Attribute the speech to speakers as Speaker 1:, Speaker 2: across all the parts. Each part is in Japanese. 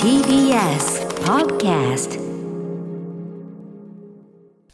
Speaker 1: TBS Podcast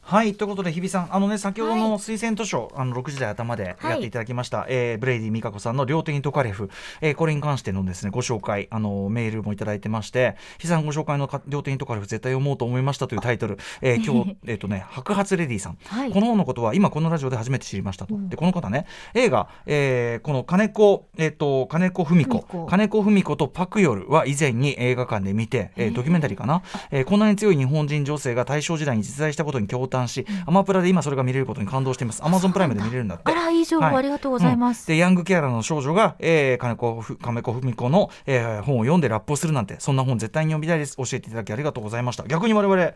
Speaker 2: はいということで日比さんあのね先ほど
Speaker 1: は
Speaker 2: の推薦図書、あの6時台頭で
Speaker 1: はい
Speaker 2: やっていただきました、えーブレイディ美香子さんの「両手にトカレフ」えーこれに関してのですねご紹介あのメールもいただいてまして日比さんご紹介のか「両手にトカレフ」絶対読もうと思いましたというタイトル、 えー今日えっとね白髪レディさん、
Speaker 1: はい
Speaker 2: この本のことは今このラジオで初めて知りましたと、でこの方ね映画、えーこの金子えっ、と金子文子
Speaker 1: 文子
Speaker 2: 金子文子とパクヨルは以前に映画館で見て、えードキュメンタリーかな、えーこんなに強い日本人女性が大正時代に実在したことに驚嘆し、アマプラで今それが見れることに感動していますアマゾンプライムで見れるんだって
Speaker 1: あらいい情報
Speaker 2: はい
Speaker 1: ありがとうございます、
Speaker 2: うんでヤングケアラーの少女が、えー、金子ふ金子文子の、えー本を読んでラップをするなんてそんな本絶対に読みたいです教えていただきありがとうございました逆に我
Speaker 1: もう
Speaker 2: 々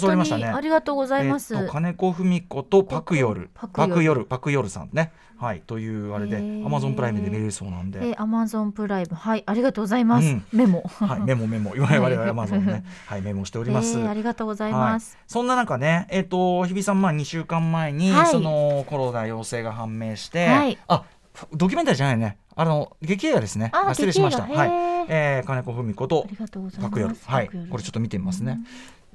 Speaker 2: 教わ
Speaker 1: 当
Speaker 2: り
Speaker 1: に
Speaker 2: ましたね
Speaker 1: ありがとうございます、
Speaker 2: えっと金子文子とパクヨル
Speaker 1: パク
Speaker 2: パ
Speaker 1: ヨル
Speaker 2: クヨルパクヨルさんねはいというあれで
Speaker 1: へ
Speaker 2: ア
Speaker 1: ー
Speaker 2: マゾンプライムで見れるそうなんで、
Speaker 1: えー、Amazon プライムはいありがとうございます、
Speaker 2: うん
Speaker 1: メモ
Speaker 2: はい、メモメモ我々はアマゾンね、はい、メモしております、
Speaker 1: えーありがとうございます、
Speaker 2: はい、そんな中ね、えっと日比さん、まあ、2週間前に、
Speaker 1: はい
Speaker 2: そのコロナ陽性が判明して、
Speaker 1: はい
Speaker 2: あドキュメンタリーじゃないねあの劇映画ですね
Speaker 1: あ
Speaker 2: あ失礼しました、
Speaker 1: 劇映画
Speaker 2: はい
Speaker 1: へー
Speaker 2: えー金子文子と
Speaker 1: ありがとうございます
Speaker 2: パクヨルはい
Speaker 1: パクヨル
Speaker 2: これちょっと見てみますね。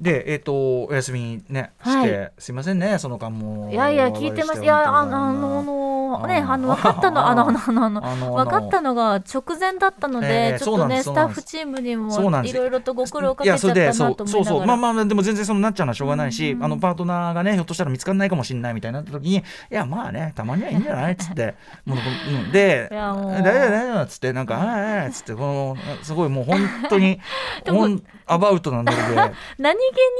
Speaker 2: でえっ、とお休みねして、
Speaker 1: はい
Speaker 2: すいませんねその間も
Speaker 1: いやいや聞いてますいやあのあのあのねあの分か ったのあのあのあのあの
Speaker 2: あの
Speaker 1: 分かったのが直前だったの
Speaker 2: え
Speaker 1: で、
Speaker 2: ー
Speaker 1: ちょっと
Speaker 2: そ
Speaker 1: ねス
Speaker 2: うな
Speaker 1: タ
Speaker 2: んで
Speaker 1: ッ
Speaker 2: す
Speaker 1: フチームに
Speaker 2: そうなん
Speaker 1: も
Speaker 2: で
Speaker 1: い
Speaker 2: す
Speaker 1: ろいろとご苦労か
Speaker 2: い
Speaker 1: けちゃ
Speaker 2: や
Speaker 1: った
Speaker 2: それでそ
Speaker 1: な
Speaker 2: う
Speaker 1: と
Speaker 2: そう
Speaker 1: 思いな
Speaker 2: そう
Speaker 1: が
Speaker 2: まあ
Speaker 1: ら。
Speaker 2: まあでも全然そのなっちゃうのはしょうがないし、
Speaker 1: うん
Speaker 2: あのパートナーがねひょっとしたら見つからないかもしれないみたいになった時にいやまあねたまにはいいんじゃないっつって もうなんかうんで
Speaker 1: いやもう
Speaker 2: 大丈夫大丈夫っつってなんかはいはいはいっつってこのすごいもう本当に
Speaker 1: でも
Speaker 2: オンアバウトなの で
Speaker 1: 何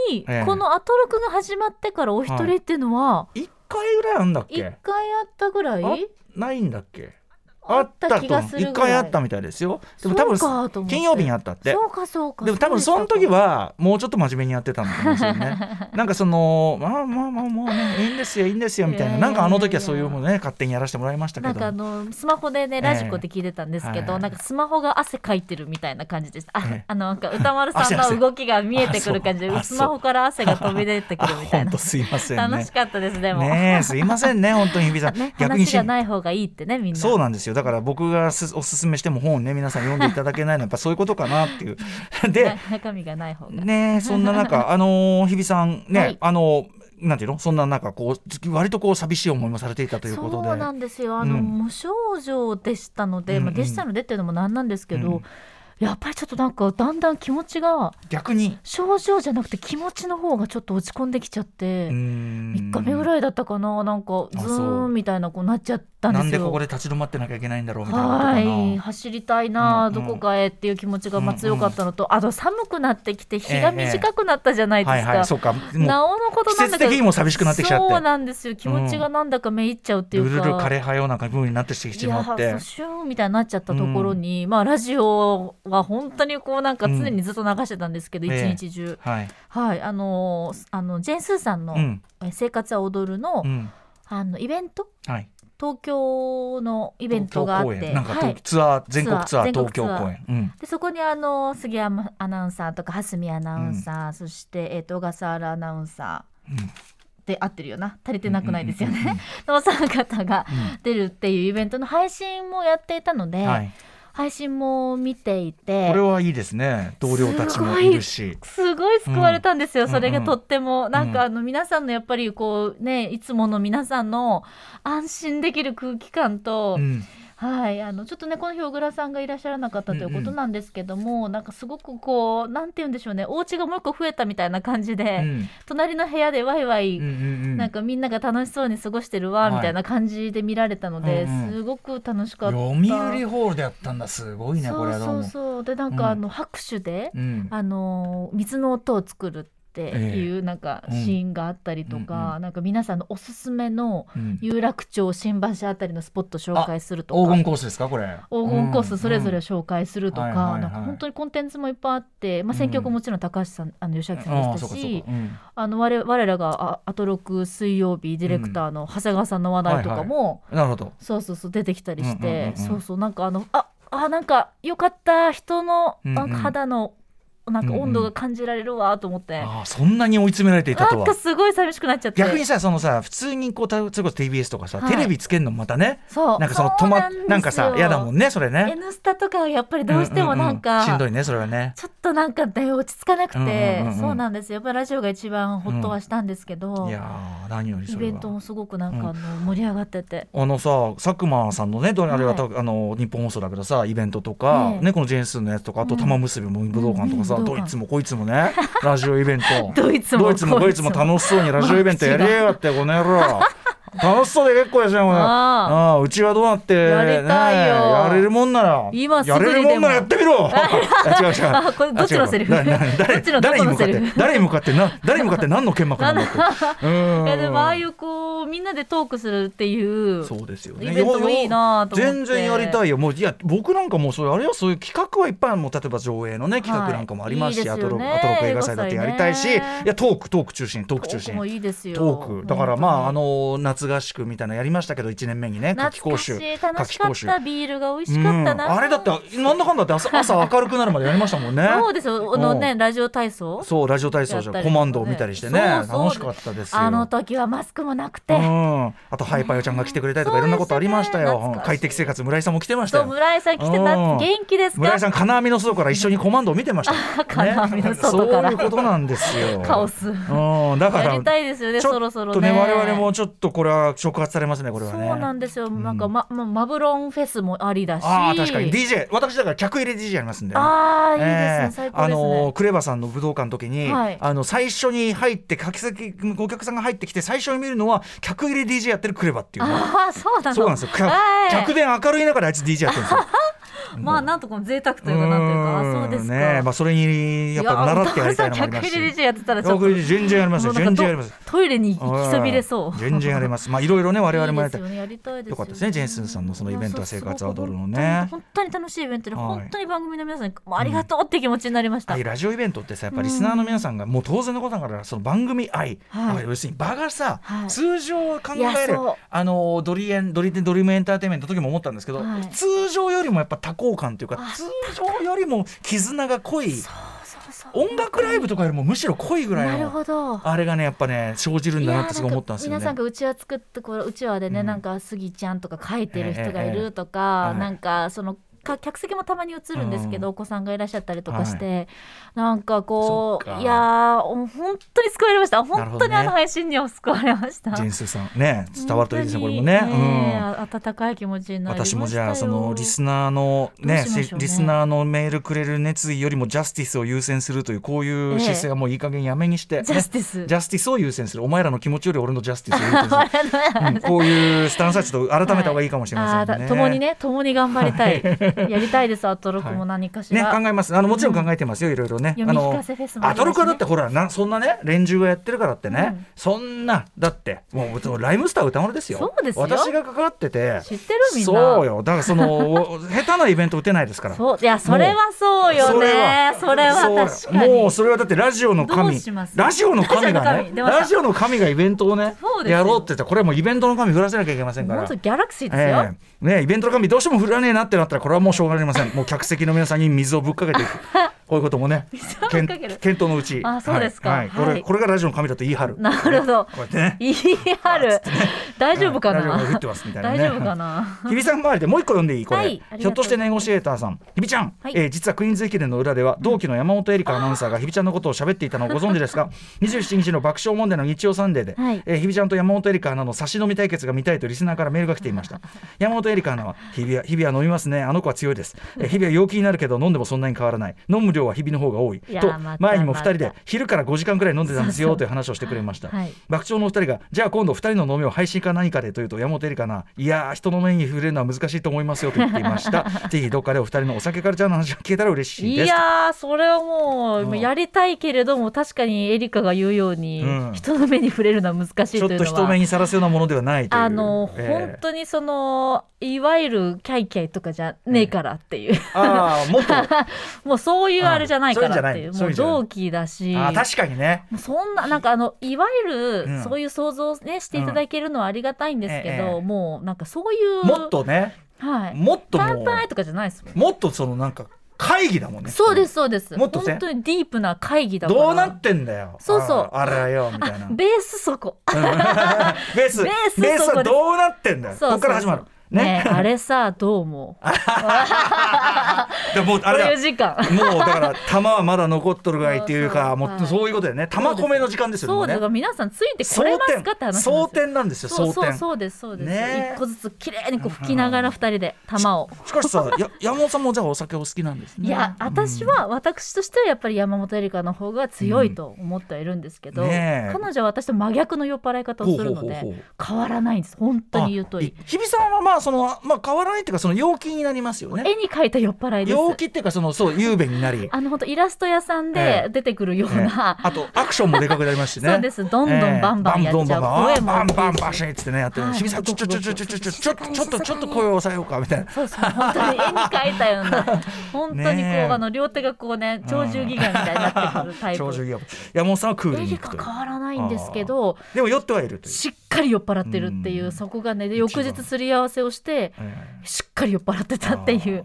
Speaker 1: 気に
Speaker 2: ええ
Speaker 1: このアトロクが始まってからお一人っていうのは
Speaker 2: 一回ぐらいあんだっ
Speaker 1: 一
Speaker 2: け
Speaker 1: 回あったぐらい
Speaker 2: あないんだっけ
Speaker 1: あった
Speaker 2: と
Speaker 1: 気
Speaker 2: 思う
Speaker 1: がする
Speaker 2: 一
Speaker 1: ぐらい
Speaker 2: 回あったみたいですよでも多分
Speaker 1: そうかと思って
Speaker 2: 金曜日にあったって
Speaker 1: そうかそうか
Speaker 2: でも多分その時
Speaker 1: は
Speaker 2: はもうちょっと真面目にやってたんだと思うんですよ ね。なんかそのまあまあまあもうねいいんですよいいんですよみたいな
Speaker 1: いやいや
Speaker 2: なんかあの時はそういうものね勝手にやらせてもらいました
Speaker 1: な
Speaker 2: け
Speaker 1: んかあ
Speaker 2: ど。
Speaker 1: のスマホでねラジコで聞いてたんですけど、
Speaker 2: ええ
Speaker 1: なんかスマホが汗かいてるみたいな感じでした。あ、
Speaker 2: ええ
Speaker 1: あのなんか歌丸さ
Speaker 2: 汗
Speaker 1: ん
Speaker 2: 汗
Speaker 1: の動きが見えてくる感じ
Speaker 2: あそう
Speaker 1: で、
Speaker 2: あそう
Speaker 1: スマホから汗が飛び出てく
Speaker 2: あ
Speaker 1: るみたい
Speaker 2: 本
Speaker 1: な
Speaker 2: 当。すいません
Speaker 1: 楽
Speaker 2: ね
Speaker 1: し。かったですでも。
Speaker 2: ねえすいませ んね本当に日比さん。
Speaker 1: ね、
Speaker 2: 逆に
Speaker 1: 話
Speaker 2: し
Speaker 1: がない方がいいってねみんな。
Speaker 2: そうなんですよだから僕がすおすすめしても本をね皆さん読んでいただけないのはやっぱそういうことかなっていう。で
Speaker 1: な中身がない方が。
Speaker 2: ねえそんな 中あのー日比さんね、
Speaker 1: はい
Speaker 2: あのーなんていうのそんな中こう割とこう寂しい思いもされていたという
Speaker 1: そ
Speaker 2: ことで。
Speaker 1: うなんですよあの、
Speaker 2: うん
Speaker 1: 無症状でしたの
Speaker 2: う
Speaker 1: で、まあ、
Speaker 2: んうん
Speaker 1: でしたのでっていうのもなんなんですけど、
Speaker 2: うん
Speaker 1: やっぱりちょっとなんかだんだん気持ちが
Speaker 2: 逆に。
Speaker 1: 症状じゃなくて気持ちの方がちょっと落ち込んできちゃって、
Speaker 2: 3
Speaker 1: 3日目ぐらいだったかななんか
Speaker 2: あ
Speaker 1: ズ
Speaker 2: そ
Speaker 1: ー
Speaker 2: う
Speaker 1: ンみたいなこうなっちゃったんで
Speaker 2: な
Speaker 1: すよ。
Speaker 2: んでここで立ち止まってなきゃいけないんだろうみたいなことかな。
Speaker 1: はい走りたいな、
Speaker 2: うんうん
Speaker 1: どこかへっていう気持ちがまあ強かったのと、あと寒くなってきて日が短くなったじゃないですか、
Speaker 2: はいはい、そうか。もう
Speaker 1: なおのこと
Speaker 2: 季
Speaker 1: な
Speaker 2: 節
Speaker 1: んだけ
Speaker 2: 的
Speaker 1: ど
Speaker 2: にも寂しくなってきちゃって。
Speaker 1: そうなんですよ気持ちがなんだかめいっちゃうってい
Speaker 2: ル
Speaker 1: う
Speaker 2: ルル
Speaker 1: か、
Speaker 2: 枯れ葉ような気分になってきてしまっ
Speaker 1: い
Speaker 2: て
Speaker 1: やそう。シューンみたいになっちゃったところに、まあラジオは本当にこうなんか常にずっと流してたんですけど
Speaker 2: うん
Speaker 1: 一、
Speaker 2: ええ
Speaker 1: 日中、
Speaker 2: はい。
Speaker 1: はいあのーあのジェーンスーさんの
Speaker 2: うん。
Speaker 1: 「え生活は踊るの」
Speaker 2: うん。
Speaker 1: あのイベント
Speaker 2: はい。
Speaker 1: 東京のイベントがあっ
Speaker 2: 東京公
Speaker 1: て
Speaker 2: 演なんかと、
Speaker 1: はい、
Speaker 2: ツアー、全国ツアー、
Speaker 1: 全
Speaker 2: 東京
Speaker 1: 国ツアー
Speaker 2: 公演。うん。
Speaker 1: でそこにあの杉山アナウンサーとか蓮見アナウンサー、そして、えー、と小笠原アナウンサ
Speaker 2: うん
Speaker 1: ーで合ってるよな足りてなくないですよ
Speaker 2: うんうんうん
Speaker 1: ね。の お三方が
Speaker 2: うん
Speaker 1: 出るっていうイベントの配信もやっていたので、
Speaker 2: はい。
Speaker 1: 配信も見ていて
Speaker 2: これはいいですね。同僚たちもいるし。
Speaker 1: すごい救われたんですよ、
Speaker 2: うん
Speaker 1: それ
Speaker 2: う
Speaker 1: が
Speaker 2: ん
Speaker 1: とっても、な
Speaker 2: う
Speaker 1: ん
Speaker 2: ん
Speaker 1: かあの皆さんのやっぱりこうねいつもの皆さんの安心できる空気感と、
Speaker 2: うん。
Speaker 1: はい、あのちょっとねこの日小倉さんがいらっしゃらなかったという
Speaker 2: う
Speaker 1: こ
Speaker 2: んう
Speaker 1: と
Speaker 2: ん
Speaker 1: なんですけども、なんかすごくこうなんて言うんでしょうねお家がもう一個増えたみたいな感じ
Speaker 2: う
Speaker 1: で、
Speaker 2: ん。
Speaker 1: 隣の部屋でワイワイ、
Speaker 2: うんうんうん。
Speaker 1: なんかみんなが楽しそうに過ごしてるわ、
Speaker 2: はい
Speaker 1: みたいな感じで見られたので、
Speaker 2: うんうん
Speaker 1: すごく楽しかった。
Speaker 2: 読売ホールでやったんだ。すごいね、こ
Speaker 1: そ
Speaker 2: れは
Speaker 1: う
Speaker 2: どう
Speaker 1: そう
Speaker 2: も。
Speaker 1: そうでなん
Speaker 2: う
Speaker 1: か
Speaker 2: ん
Speaker 1: あの拍手で、
Speaker 2: うん。
Speaker 1: あの水の音を作るっていうなんか
Speaker 2: うん
Speaker 1: シーンがあったりとか、
Speaker 2: うん
Speaker 1: なんか皆さんのおすすめの
Speaker 2: うん
Speaker 1: 有楽町新橋あたりのスポット紹介するとか
Speaker 2: 黄金コースですか、これ。
Speaker 1: 黄金コースそれぞれ
Speaker 2: う
Speaker 1: を
Speaker 2: ん
Speaker 1: 紹介すると
Speaker 2: うんはいはい
Speaker 1: か、
Speaker 2: はい
Speaker 1: なんか本当にコンテンツもいっぱいあって、まあ、選曲ももちろん高橋さん、あの吉明さん
Speaker 2: あ
Speaker 1: で
Speaker 2: あ、
Speaker 1: し
Speaker 2: そ
Speaker 1: た
Speaker 2: うか、そう
Speaker 1: し
Speaker 2: か。、うん。
Speaker 1: あの我我らがあアトロク水曜日ディレクターの長谷川さんの話題とかも、
Speaker 2: なるほど。
Speaker 1: そうそうそう出てきたりして、
Speaker 2: うんうんうんうん
Speaker 1: そうそうなんかあのああなんかよかった人の
Speaker 2: うんうん
Speaker 1: なんか肌の、なんか温度が感じられるわと思って、
Speaker 2: ああそんなに追い詰められていた
Speaker 1: な
Speaker 2: と
Speaker 1: ん
Speaker 2: は
Speaker 1: かすごい寂しくなっちゃって
Speaker 2: 逆にさそのさ普通にこうたそれこそ TBS とかさ、
Speaker 1: はい
Speaker 2: テレビつけるのもまたね
Speaker 1: そう
Speaker 2: なんかその止
Speaker 1: そう
Speaker 2: ま
Speaker 1: なんですよ
Speaker 2: なんかさ嫌だもんねそれね
Speaker 1: N スタとかはやっぱりどうしてもなんか、
Speaker 2: うううしんどいねそれはね
Speaker 1: ちょっとなんかね落ち着かなくて、
Speaker 2: うんうんうんうん
Speaker 1: そうなんですよやっぱラジオが一番ほっとはしたんですけど、
Speaker 2: いやー何より
Speaker 1: イ
Speaker 2: それ
Speaker 1: ベント
Speaker 2: は
Speaker 1: もすごくなんかあの盛り上がってて、
Speaker 2: あのさ佐久間さんのねどれあれはた、
Speaker 1: は
Speaker 2: あの日本放送だけどさイベントとか、
Speaker 1: ええ
Speaker 2: ねこの JS のやつとかあと
Speaker 1: うん
Speaker 2: 玉結びも武道館とかさ、
Speaker 1: うん武道
Speaker 2: ど
Speaker 1: 館
Speaker 2: いつもこいつも ねラジオイベント
Speaker 1: ドイツも
Speaker 2: どいつもこいつも
Speaker 1: し
Speaker 2: 楽しそうにラジオイベントやりやがってこの野 郎楽しそうで結構ですよこれ
Speaker 1: あ
Speaker 2: ああうちはどうなって
Speaker 1: やりたいよ
Speaker 2: ねやれるもんなら
Speaker 1: 今すぐ
Speaker 2: や
Speaker 1: に
Speaker 2: れ
Speaker 1: でも
Speaker 2: るもんならやってみ ろあ違う違う
Speaker 1: あこれ どっちのセリフ
Speaker 2: あ違うなな
Speaker 1: どっ
Speaker 2: 誰
Speaker 1: ちのど
Speaker 2: 誰に
Speaker 1: この
Speaker 2: 向かっ
Speaker 1: セリ
Speaker 2: て
Speaker 1: フ
Speaker 2: 誰に向かってな誰に向かって何の剣幕なんだってうーん
Speaker 1: いやでもああいうこうみんなでトークするっていう
Speaker 2: そうですよ
Speaker 1: イ
Speaker 2: ね
Speaker 1: ベントもいいなと思って
Speaker 2: 全然やりたいよもういや僕なんかもうそれあれはそういう企画はいっぱいもう例えば上映のね企画なんかもありますし、
Speaker 1: はいい
Speaker 2: ア
Speaker 1: いで
Speaker 2: ト
Speaker 1: す
Speaker 2: ロ
Speaker 1: よね
Speaker 2: アトロック映画祭だってやりたいし、
Speaker 1: 映画祭ね
Speaker 2: いやトークトーク中心トーク
Speaker 1: ト
Speaker 2: 中
Speaker 1: ーク
Speaker 2: 心
Speaker 1: もいいですよ
Speaker 2: トークだから
Speaker 1: 本当に
Speaker 2: まああの夏合宿みたいなのやりましたけど1年目にね夏期講
Speaker 1: 懐かし
Speaker 2: 習
Speaker 1: い楽しか
Speaker 2: 夏
Speaker 1: っ
Speaker 2: 期講習
Speaker 1: たビールが美味しかったな、
Speaker 2: うんあれだってなんだかんだって 朝朝明るくなるまでやりましたもんね
Speaker 1: そうですよあのね
Speaker 2: う
Speaker 1: ラジオ体操
Speaker 2: そうラジオ体操じゃ
Speaker 1: やったりとかね
Speaker 2: コマンドを見たりしてね
Speaker 1: そうそう
Speaker 2: 楽しかったですよ
Speaker 1: あの時はマスクもなくて、
Speaker 2: うん、あとハイパヨちゃんが来てくれたりとかいろんなことありました
Speaker 1: そう
Speaker 2: よ
Speaker 1: で、したね
Speaker 2: うん快適生活村井さんも来てました
Speaker 1: そう
Speaker 2: よ
Speaker 1: 村井さん来てた
Speaker 2: うん
Speaker 1: 元気ですか
Speaker 2: 村井さん金網の外から一緒にコマンドを見てました
Speaker 1: 金網
Speaker 2: ね
Speaker 1: の外か
Speaker 2: そう
Speaker 1: ら
Speaker 2: いうことなんですよ
Speaker 1: カオス
Speaker 2: うんだか
Speaker 1: や
Speaker 2: ら
Speaker 1: りたいですよね
Speaker 2: ちょ
Speaker 1: そろそろ
Speaker 2: と
Speaker 1: ね
Speaker 2: ね我々もちょっとこれは触発されますねこれはね
Speaker 1: そうなんですよ、
Speaker 2: ん
Speaker 1: なんかままマブロンフェスもありだし
Speaker 2: ああ確かに DJ 私だから客入れ DJ やりますんで、
Speaker 1: あーいいですね、
Speaker 2: ええ
Speaker 1: 最高
Speaker 2: あ
Speaker 1: ですね、
Speaker 2: のクレバさんの武道館の時に、
Speaker 1: はい
Speaker 2: あの最初に入って客席お客さんが入ってきて最初に見るのは客入れ DJ やってるクレバっていうね、
Speaker 1: ああそうなの
Speaker 2: そうなんですよ客
Speaker 1: はい
Speaker 2: 客で明るい中であいつ DJ やってるんですよ。
Speaker 1: まあなんとかも贅沢というかなんというかあそうですか、
Speaker 2: ねえまあ、それにやっぱ習ってやりたいのもあります
Speaker 1: いやお父さん客入れる
Speaker 2: し。
Speaker 1: 時やってた らちょっと
Speaker 2: 僕全然やりますよ
Speaker 1: もうな
Speaker 2: 全
Speaker 1: ん
Speaker 2: 然
Speaker 1: かど
Speaker 2: やり ます。
Speaker 1: トイレに行きそびれそ
Speaker 2: う
Speaker 1: う
Speaker 2: ん全然やります。まあいろいろ ね我々もやりたい
Speaker 1: いいですよねやりたいです
Speaker 2: よかったですねジェンスンさんのそのイベントは生活は踊るのね
Speaker 1: いやそうすごく本当に本当に楽しいイベントで
Speaker 2: はい
Speaker 1: 本当に番組の皆さんにもうありがとうって気持ちになりました、
Speaker 2: ああいうラジオイベントってさやっぱリスナーの皆さんがもう当然のことだからその番組愛、
Speaker 1: はい
Speaker 2: まあ要するに場がさ、
Speaker 1: はい
Speaker 2: 通常考
Speaker 1: いや
Speaker 2: える
Speaker 1: そう
Speaker 2: あのドリエンドリドリームエンターテインメントの時も思ったんですけど、
Speaker 1: はい
Speaker 2: 通常よりもやっぱ多幸感というか
Speaker 1: あ
Speaker 2: 通常よりも絆が濃い
Speaker 1: そうそうそう
Speaker 2: 音楽ライブとかよりもむしろ濃いぐらい
Speaker 1: なる
Speaker 2: の
Speaker 1: ほど
Speaker 2: あれがねやっぱね生じるんだなってすごい思ったんですよ
Speaker 1: いやーなん
Speaker 2: ね
Speaker 1: か。皆さんがうちわ作ってこうちわでね、
Speaker 2: うん
Speaker 1: なんかスギちゃんとか書いてる人がいるとか、
Speaker 2: ええええ
Speaker 1: なんかそのか客席もたまに映るんですけど、
Speaker 2: うん
Speaker 1: お子さんがいらっしゃったりとかして、なんかこう
Speaker 2: そっか
Speaker 1: いやーお本当に救われました
Speaker 2: ほどね
Speaker 1: 本当にあの配信には救われま した。
Speaker 2: ジェンスーさんね伝わるといいですねこれも
Speaker 1: 本
Speaker 2: ね
Speaker 1: 当。に
Speaker 2: うん
Speaker 1: ええ温かい気持ちになりました
Speaker 2: 私
Speaker 1: よ
Speaker 2: もじゃあそのリスナーのね
Speaker 1: どうしましょうね
Speaker 2: リスナーのメールくれる熱意よりもジャスティスを優先するというこういう姿勢はもういい加減やめにして、ね
Speaker 1: ジャスティ ス
Speaker 2: ジャスティスを優先するお前らの気持ちより俺のジャスティスを優先 する
Speaker 1: あ
Speaker 2: うんこういうスタンスはちょっと改めた方がいいかもしれま
Speaker 1: ー
Speaker 2: せんね。
Speaker 1: だ共にね共に頑張りたい、 やりたいですアトロクも何かし
Speaker 2: ね、
Speaker 1: ら、
Speaker 2: 考えます。あの、もちろん考えてますよ、いろいろね。
Speaker 1: 読み聞かせフェスもあ
Speaker 2: ア
Speaker 1: り
Speaker 2: ト
Speaker 1: ますね
Speaker 2: ロクはだって、ほら、な、そんなね、連中がやってるからってね。
Speaker 1: うん
Speaker 2: そんな、だって、もう、ライムスター歌丸ですよ。
Speaker 1: そうですよ
Speaker 2: 私が関わってて。
Speaker 1: 知ってるみんな
Speaker 2: そうよ、だから、その、 お下手なイベント打てないですから。
Speaker 1: そういやそれはそうよねそれは確
Speaker 2: そう
Speaker 1: か
Speaker 2: よもう
Speaker 1: に
Speaker 2: それはだってラジオの
Speaker 1: ど
Speaker 2: 神
Speaker 1: うします
Speaker 2: ラジオの神がね
Speaker 1: ラジオの神出ました
Speaker 2: ラジオの神がイベントをね
Speaker 1: そうですよ
Speaker 2: やろうって言ったらこれはもうイベントの神振らせなきゃいけませんから
Speaker 1: 本当ギャラクシーですよ、
Speaker 2: ええねイベントの神どうしても振らねえなってなったらこれはもうしょうがありませ んもう客席の皆さんに水をぶっかけていくこういうこともね
Speaker 1: をぶっかける
Speaker 2: 検検討のうち
Speaker 1: あそうですか
Speaker 2: はいはいこ
Speaker 1: は
Speaker 2: れ
Speaker 1: い
Speaker 2: これがラジオの神だと言い張る
Speaker 1: なるほど
Speaker 2: こうやってね
Speaker 1: ER 大丈夫か
Speaker 2: ラジオが降っ
Speaker 1: な
Speaker 2: てますみたいなね
Speaker 1: 大丈夫かな
Speaker 2: 日比さん周りでもう一個読んでいいこれ、
Speaker 1: はいありがとう
Speaker 2: ひょっとしてネゴシエーターさん日比ちゃん、
Speaker 1: はい
Speaker 2: えー実はクイーンズ駅伝の裏では同期の山本恵里香アナウンサーが日比ちゃんのことを喋っていたのをご存知です か27日の爆笑問題の日曜サンデーで、
Speaker 1: はい
Speaker 2: えー日比ちゃんと山本恵里香アナの差し飲み対決が見たいとリスナーからメールが来ていました山本恵里香アナは日比は日比は飲みますねあの子は強いです、えー日比は陽気になるけど飲んでもそんなに変わらない飲む量は日比の方が多い
Speaker 1: いや
Speaker 2: と
Speaker 1: ーまた
Speaker 2: 前にも2人
Speaker 1: ま
Speaker 2: で
Speaker 1: た
Speaker 2: 昼から5時間くらい飲んでたんです
Speaker 1: そうそ
Speaker 2: よ
Speaker 1: う
Speaker 2: という話をしてくれま した、
Speaker 1: はい
Speaker 2: 爆笑のお二人がじゃあ今度2人の飲みを配信か何かでというと山本エリカないやー人の目に触れるのは難しいと思いますよと言っていました ぜひどっかでお二人のお酒カルチャーの話が聞けたら嬉しい
Speaker 1: い
Speaker 2: です
Speaker 1: やーそれはも
Speaker 2: うん
Speaker 1: うやりたいけれども確かにエリカが言うように、
Speaker 2: うん
Speaker 1: 人の目に触れるのは難しい
Speaker 2: ちょ
Speaker 1: と
Speaker 2: っ
Speaker 1: い
Speaker 2: と
Speaker 1: うのは
Speaker 2: 人目にさらすようなものではないという
Speaker 1: あの、
Speaker 2: ええ
Speaker 1: 本当にそのいわゆるキャイキャイとかじゃねえからっていう、
Speaker 2: ああもっとあ
Speaker 1: もうそういうあれじゃないからっていう,、
Speaker 2: うんそういうんじゃない
Speaker 1: もう同期だし
Speaker 2: ー確かにね
Speaker 1: もうそんななんかあのいわゆ
Speaker 2: う
Speaker 1: る
Speaker 2: ん
Speaker 1: そういう想像をね、していただけるのはありがたいんですけど、
Speaker 2: ええ
Speaker 1: もうなんかそういう
Speaker 2: もっとね
Speaker 1: はい
Speaker 2: もっとも
Speaker 1: 乾
Speaker 2: う
Speaker 1: 杯とかじゃないですもん
Speaker 2: もっとそのなんか会議だもんね
Speaker 1: そうですそうです
Speaker 2: もっとせ
Speaker 1: 本当にディープな会議だから
Speaker 2: どうなってんだよ
Speaker 1: そうそう
Speaker 2: ああらよみたいな
Speaker 1: ベースそこあ
Speaker 2: ベース
Speaker 1: ベース
Speaker 2: ベース
Speaker 1: そこ
Speaker 2: は
Speaker 1: で
Speaker 2: どうなってんだよ
Speaker 1: そう
Speaker 2: こっから始まる
Speaker 1: ね
Speaker 2: ね
Speaker 1: あれさどう思う
Speaker 2: でもうあれだ
Speaker 1: こういう時間
Speaker 2: もうだから玉はまだ残っとるがいっていうか
Speaker 1: そうそう
Speaker 2: もうそういうことだよね玉込めの時間ですよ
Speaker 1: そう
Speaker 2: ね
Speaker 1: だから皆さんついてこれますかって
Speaker 2: 争
Speaker 1: 話なんですよ
Speaker 2: 点なんですよ
Speaker 1: そう
Speaker 2: 争
Speaker 1: そう
Speaker 2: 点
Speaker 1: そうですそうです、
Speaker 2: ねえ
Speaker 1: 一個ずつ綺麗にこう吹きながら二人で玉を
Speaker 2: しかしさや山本さんもじゃあお酒お好きなんですね
Speaker 1: いや私は私としてはやっぱり山本エリカの方が強いと思ってはいるんですけど、
Speaker 2: うんねえ
Speaker 1: 彼女は私と真逆の酔っ払い方をする
Speaker 2: ほ
Speaker 1: ので
Speaker 2: うほうほうほ
Speaker 1: 変わらないんです本当に言うとおり
Speaker 2: あい日比さんはまあそのまあ変わらないっていうかその陽気になりますよね
Speaker 1: 絵に描いた酔っ払いです
Speaker 2: 陽気っていうかそのそう雄弁になり、
Speaker 1: あの本当イラスト屋さん
Speaker 2: え
Speaker 1: で
Speaker 2: え
Speaker 1: 出てくるよう
Speaker 2: ね
Speaker 1: な、
Speaker 2: あとアクションもでかくなりますしね
Speaker 1: そうですどんどんバンバンやっちゃう、声も
Speaker 2: バン
Speaker 1: 大きいし
Speaker 2: バンバシッつってねやって
Speaker 1: はい
Speaker 2: 日比さんちょちょちょちょちょちょちょちょっとちょっと声を抑えようかみたいな
Speaker 1: そうそう 本当に絵に描いたような 本当にこう、
Speaker 2: ねえ
Speaker 1: あの両手がこうね鳥獣戯画みたいになってくるタイプ
Speaker 2: 長寿ギア山本さんはクール
Speaker 1: エ
Speaker 2: に
Speaker 1: リ
Speaker 2: いくと
Speaker 1: カ
Speaker 2: いう
Speaker 1: 変わらないんですけど
Speaker 2: でも酔ってはいるという、
Speaker 1: しっかり酔っ払ってるっていう、
Speaker 2: うん
Speaker 1: そこがねで
Speaker 2: 一
Speaker 1: 翌
Speaker 2: 番
Speaker 1: 日すり合わせをして
Speaker 2: え
Speaker 1: しっかり酔っ払ってたっていう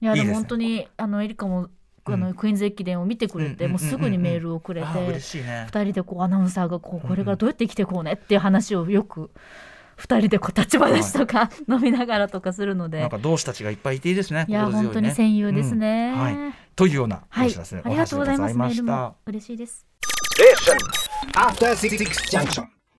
Speaker 1: い
Speaker 2: い
Speaker 1: や
Speaker 2: いで
Speaker 1: で
Speaker 2: すね
Speaker 1: も本当にあのエリカもあの、
Speaker 2: うん
Speaker 1: クイーンズ駅伝を見てくれて、
Speaker 2: うん
Speaker 1: もうすぐにメールをく
Speaker 2: え
Speaker 1: れて、
Speaker 2: あー嬉しいね
Speaker 1: 二人でこうアナウンサーがこう
Speaker 2: うん
Speaker 1: これからどうやって生きていこうねっていう話をよく二人でこう立ち話とか 飲みながらとかするの
Speaker 2: なん
Speaker 1: で。
Speaker 2: か同志たちがいっぱいいていいですね
Speaker 1: いや
Speaker 2: 心強いね
Speaker 1: 本当に戦友ですね、
Speaker 2: うんはいというような
Speaker 1: は
Speaker 2: お
Speaker 1: い
Speaker 2: 知らせ、
Speaker 1: ありがとうございますメールも嬉しいです
Speaker 3: After Six Junction.